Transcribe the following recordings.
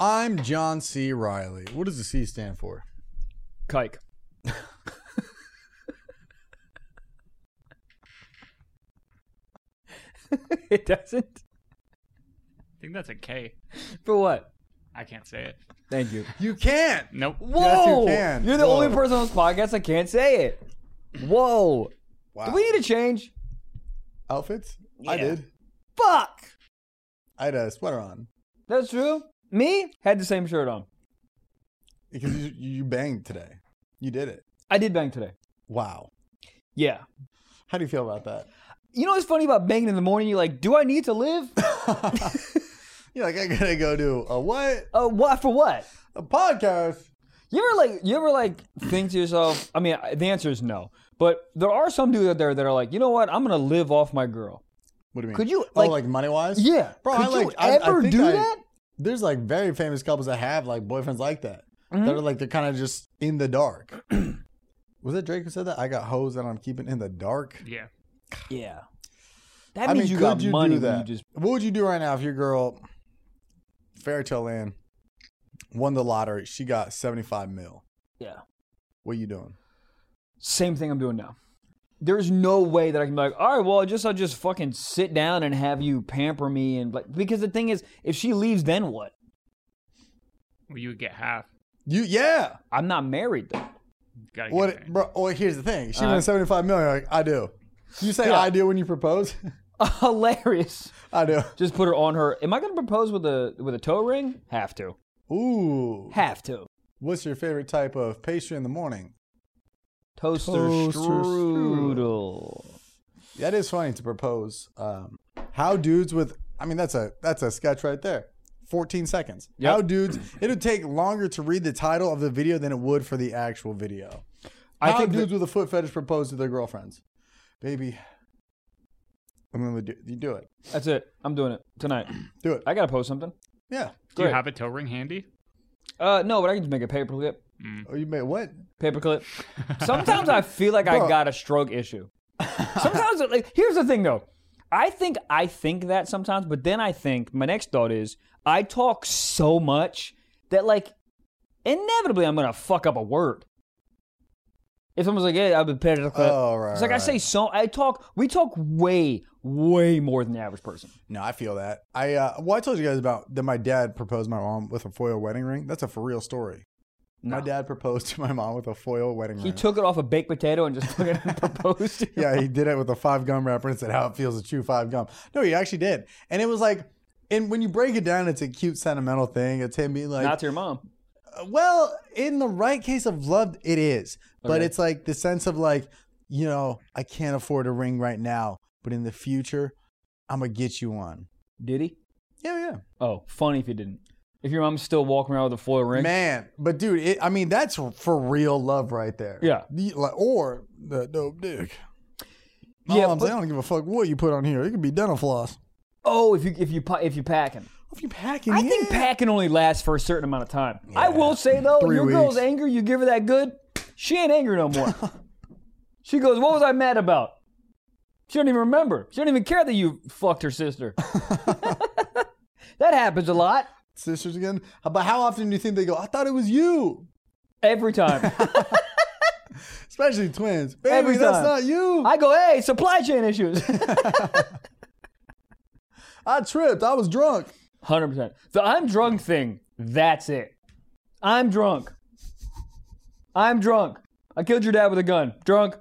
I'm John C. Riley. What does the C stand for? Kike. it doesn't. I think that's a K. For what? I can't say it. Thank you. You can't. Nope. Yes, you Whoa! can. are the Whoa. only person on this podcast that can't say it. Whoa! Wow. Do we need a change? outfits? I did. Fuck! I had a sweater on That's true. Me had the same shirt on. because you, you banged today. You did it. I did bang today. Wow. Yeah. How do you feel about that? You know what's funny about banging in the morning? You're like, do I need to live? You're like, I gotta go do a what? Uh, what for what? A podcast? You ever like you ever like think to yourself? I mean, the answer is no. But there are some dudes out there that are like, you know what? I'm gonna live off my girl. What do you mean? Could you, Oh, like- like, money wise? Yeah, Bro, Could I you like- I- I ever think do I- that? There's like very famous couples that have like boyfriends like that. Mm-hmm. That are like they're kind of just in the dark. Was that Drake who said that? I got hoes that I'm keeping in the dark. Yeah. Yeah. That I means mean, you could got you money do when that? you just What would you do right now if your girl, Fairytale Land, won the lottery? She got 75 mil. Yeah. What you doing? same thing I'm doing now. There's no way that I can be like, all right, well, I just I'll just fucking sit down and have you pamper me and like because the thing is, if she leaves, then what? Well, you would get half. You yeah. I'm not married though. Gotta get What married. bro? Well, here's the thing. She Uh, won 75 mil. You're like I do. You say Yeah. I do when you propose. Hilarious. I do. Just put her on her. Am I gonna propose with a with a toe ring? Have to. Ooh. Have to. What's your favorite type of pastry in the morning? Toaster, Toaster strudel. That is funny to propose. Um, how dudes with I mean that's a that's a sketch right there. 14 seconds. Yep. How dudes it would take longer to read the title of the video than it would for the actual video. I how think dudes with a foot fetish propose to their girlfriends. Baby. I'm gonna do you do it. that- that's it. I'm doing it tonight. Do it. I gotta post something. yeah. Do you Great. have a toe ring handy? Uh, no, but I can just make a paperclip. Oh you made what? paperclip. Sometimes I feel like I Bro. got a stroke issue. Sometimes, like, here's the thing though. I think I think that sometimes, but then I think my next thought is I talk so much that like inevitably I'm gonna fuck up a word. If someone's like, "Yeah, I've been paperclip," Oh, right, it's like I right. say so. I talk. We talk way, way more than the average person. No, I feel that. I uh well I told you guys about that my dad proposed my mom with a foil wedding ring. That's a for real story. My dad proposed to my mom with a foil wedding He ring. took it off a baked potato and just took it and proposed. to yeah, he did it with a five gum wrapper and said how it feels to chew five gum. No, he actually did. And it was like, and when you break it down, it's a cute sentimental thing. It's him being like, Not to your mom. well, in the right case of love, it is. But Okay. it's like the sense of like, you know, I can't afford a ring right now, but in the future, I'm going to get you one. Did he? Yeah, yeah. Oh, funny if you didn't. If your mom's still walking around with a foil ring. Man, but dude, it, I mean, that's for real love right there. Yeah. The- like, or the dope dick. My Yeah, mom's but- like, I don't give a fuck what you put on here. It could be dental floss. Oh, if you if you pa- if you packing. If you packing, I yeah. think packing only lasts for a certain amount of time. I will say though, Three your girl's weeks. angry, you give her that good, she ain't angry no more. she goes, "What was I mad about?" She don't even remember. She don't even care that you fucked her sister. that happens a lot sisters again. But how often do you think they go? I thought it was you, every time. especially twins. Baby, Every that's time. not you. I, I go, "Hey, supply chain issues." tripped. I was drunk. Hundred percent. The I'm drunk thing. That's it. I'm drunk. I'm drunk. I killed your dad with a gun. Drunk.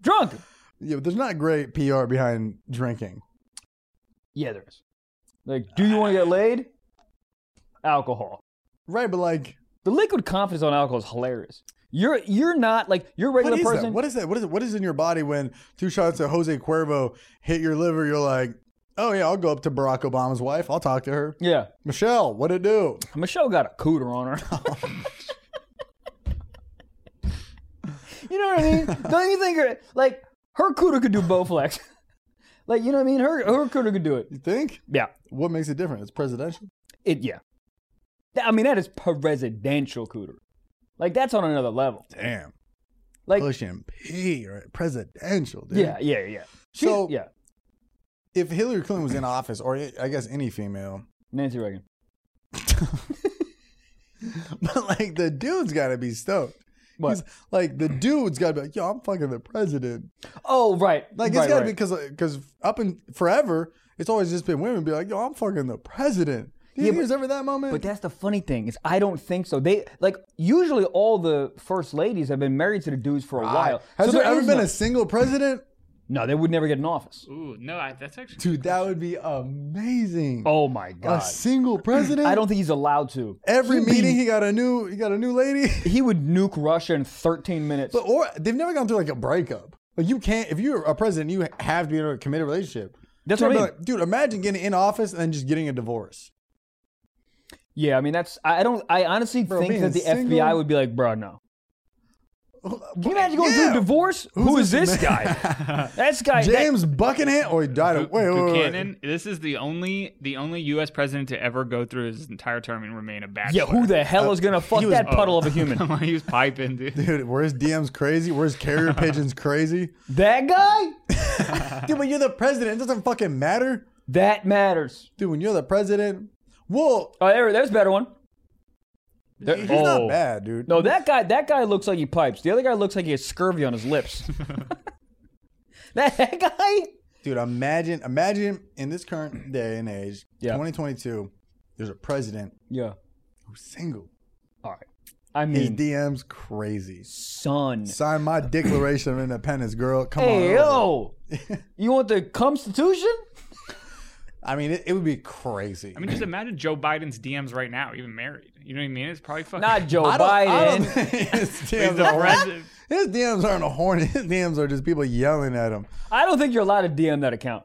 Drunk. Yeah, but there's not great PR behind drinking. Yeah, there is. Like, do you want to get laid? Alcohol. Right, but like, The liquid confidence on alcohol is hilarious. You're you're not like you're a what regular is that? person. What is that? What is it? What is in your body when two shots of Jose Cuervo hit your liver? You're like, oh yeah, I'll go up to Barack Obama's wife. I'll talk to her. Yeah, Michelle, what it do? Uh, Michelle got a cooter on her. Oh, you know what I mean? Don't you think her, like her cooter could do Bowflex? like you know what I mean? Her her cooter could do it. You think? Yeah. What makes it different? It's presidential. It yeah. That- I mean that is presidential cooter. Like that's on another level. Damn. Like Pushing P or presidential, dude. yeah, yeah, yeah. She, So- yeah, If Hillary Clinton was in office, or I guess any female, Nancy Reagan. but like the dude's got to be stoked. What? He's, like the dude's got to be like, yo, I'm fucking the president. Oh, right. Like right, it's got to right. be because because up in forever, it's always just been women be like, yo, I'm fucking the president. Do you Yeah, think but- there's ever that moment? But that's the funny thing is I don't think so. They like usually all the first ladies have been married to the dudes for a while. Has So there ever is been no, a single president? no? They would never get an office. Ooh, no, I, that's actually Dude, that would be amazing. Oh my a god! single president? I don't think he's allowed to. Every He'd be- meeting he got a new he got a new lady. he would nuke Russia in 13 minutes. But or they've never gone through like a breakup. Like you can't if you're a president, you have to be in a committed relationship. That's Dude, what I I'd be mean. like, dude, imagine getting in office and then just getting a divorce. yeah, I mean that's I I don't I honestly Bro, think being that the single- FBI would be like, bro, no. Can Can you imagine going through a divorce? Who is this guy? That's guy that- James Buckingham. Oh, he died. Bu- of wait, wait, wait, wait. Buchanan. This is the only the only U.S. president to ever go through his entire term and remain a yeah, bachelor. Oh. who the hell is gonna fuck he was- uh, that puddle of a human? Come on, he was piping, dude. Dude, where's DM's crazy? Where's carrier pigeons crazy? that guy? Dude, but you're the president. It doesn't fucking matter. That matters. Dude, when you're the president, well, Oh, there, there's a better one. There- he's oh. not bad, dude. No, that guy. That guy looks like he pipes. The other guy looks like he has scurvy on his lips. that, that guy. Dude, imagine, imagine in this current day and age, Yeah. 2022, there's a president Yeah. who's single. All right. I His mean, DM's crazy. son. Sign my Declaration of Independence, girl. Come on. Hey over. yo, you want the Constitution? I mean, it, it would be crazy. I mean, just imagine Joe Biden's DMs right now, even married. You know what I mean? It's probably fucking. Not Joe I don't- I don't Biden. think his He's DMs the are horny. president. His DMs aren't a horny. His DMs are just people yelling at him. I don't think you're allowed to DM that account.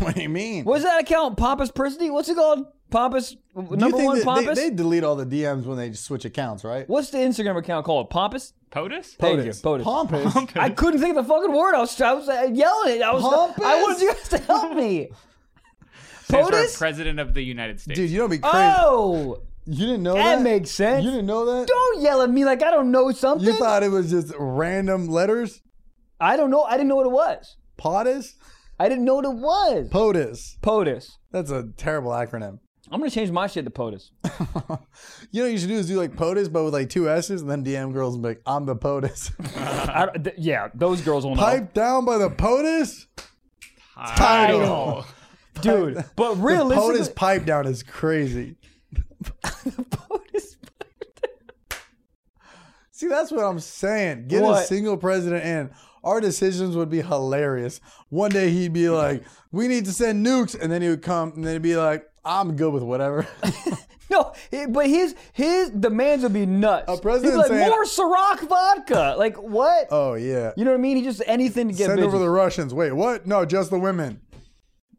what do you mean? What's that account? Pompous Prissy? What's it called? Pompous Do you number think one that Pompous. They, they delete all the DMs when they switch accounts, right? What's the Instagram account called? Pompous. POTUS? Thank you. POTUS. Pompous. I couldn't think of the fucking word. I was, I was uh, yelling it. I was. I Pompous? wanted you guys to help me. Stands for POTUS. President of the United States. Dude, you don't be crazy. Oh, you didn't know that? that makes sense. You didn't know that? Don't yell at me like I don't know something. you thought it was just random letters? I don't know. I didn't know what it was. POTUS? I didn't know what it was. POTUS. POTUS. That's a terrible acronym. I'm gonna change my shit to POTUS. You know what you should do is do like POTUS, but with like two S's, and then DM girls and be like, I'm the POTUS. Oh. I don't- th- yeah, those girls will know, Piped down by the POTUS? Title. dude. But realistically, POTUS pipe down is crazy. POTUS. See, that's what I'm saying. Get a What? single president in. Our decisions would be hilarious. One day he'd be like, we need to send nukes. And then he would come and then he'd be like, I'm good with whatever. No, it- but his his demands would be nuts. A president He'd be saying- like more Ciroc vodka. Like what? oh, yeah. you know what I mean? He just anything to get Send over bitches. the Russians. Wait, what? No, just the women.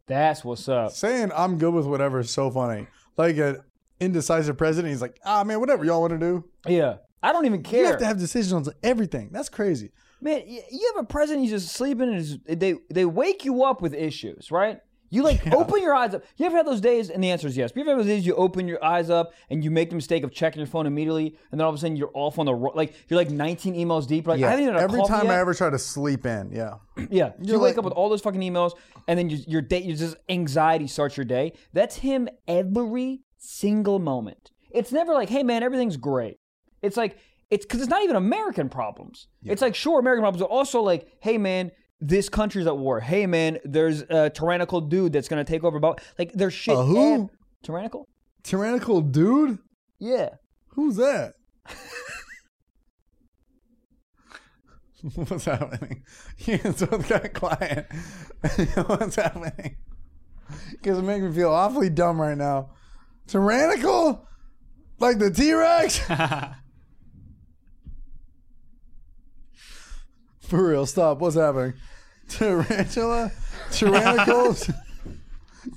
That's what's up. Saying I'm good with whatever is so funny. Like an indecisive president, he's like, ah, man, whatever y'all want to do. Yeah, I don't even care. You have to have decisions on everything. That's crazy. Man, y- you have a president who's just sleeping and is- they they wake you up with issues, right? You like open your eyes up. You ever had those days? And the answer is yes. But you ever had those days you open your eyes up and you make the mistake of checking your phone immediately, and then all of a sudden you're off on the ro- like you're like 19 emails deep. Like I haven't even had a Every coffee time I yet. ever try to sleep in, yeah. yeah, you like- wake up with all those fucking emails, and then your your day, your just anxiety starts your day. That's him every single moment. It's never like, hey man, everything's great. It's like it's because it's not even American problems. It's like sure, American problems are also like, hey man, this country's at war. Hey man, there's a tyrannical dude that's gonna take over. About like there's shit. A who? ev- tyrannical? Tyrannical dude? Yeah. Who's that? What's happening? Yeah, so it's got quiet. What's happening? Because it makes me feel awfully dumb right now. Tyrannical? Like the T Rex? For real, stop. What's happening? Tarantula? Tyrannicals?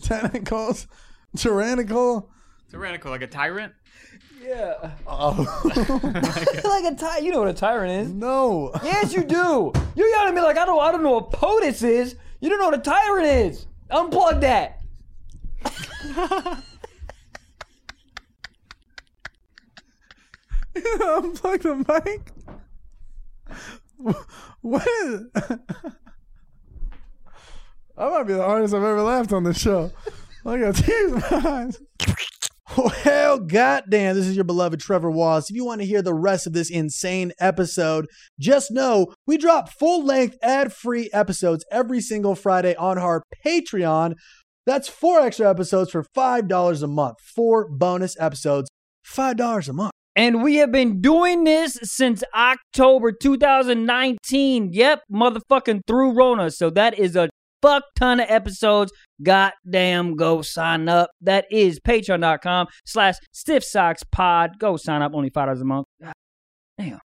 Tentacles? Tyrannical? Tyrannical, like a tyrant? Yeah. Oh. like a tyrant. You know what a tyrant is. no. Yes, you do. You're yelling at me like I don't. I don't know what POTUS is. You don't know what a tyrant is. Unplug that. Unplug the mic. What is? I might be the hardest I've ever laughed on this show. I got tears in my eyes. Well, goddamn, this is your beloved Trevor Wallace. If you want to hear the rest of this insane episode, just know we drop full length ad free episodes every single Friday on our Patreon. That's four extra episodes for $5 a month, four bonus episodes, $5 a month. And we have been doing this since October 2019. Yep, motherfucking through Rona. So that is a fuck ton of episodes. Goddamn, go sign up. That is patreon.com slash stiff socks pod. Go sign up, only $5 a month. God damn.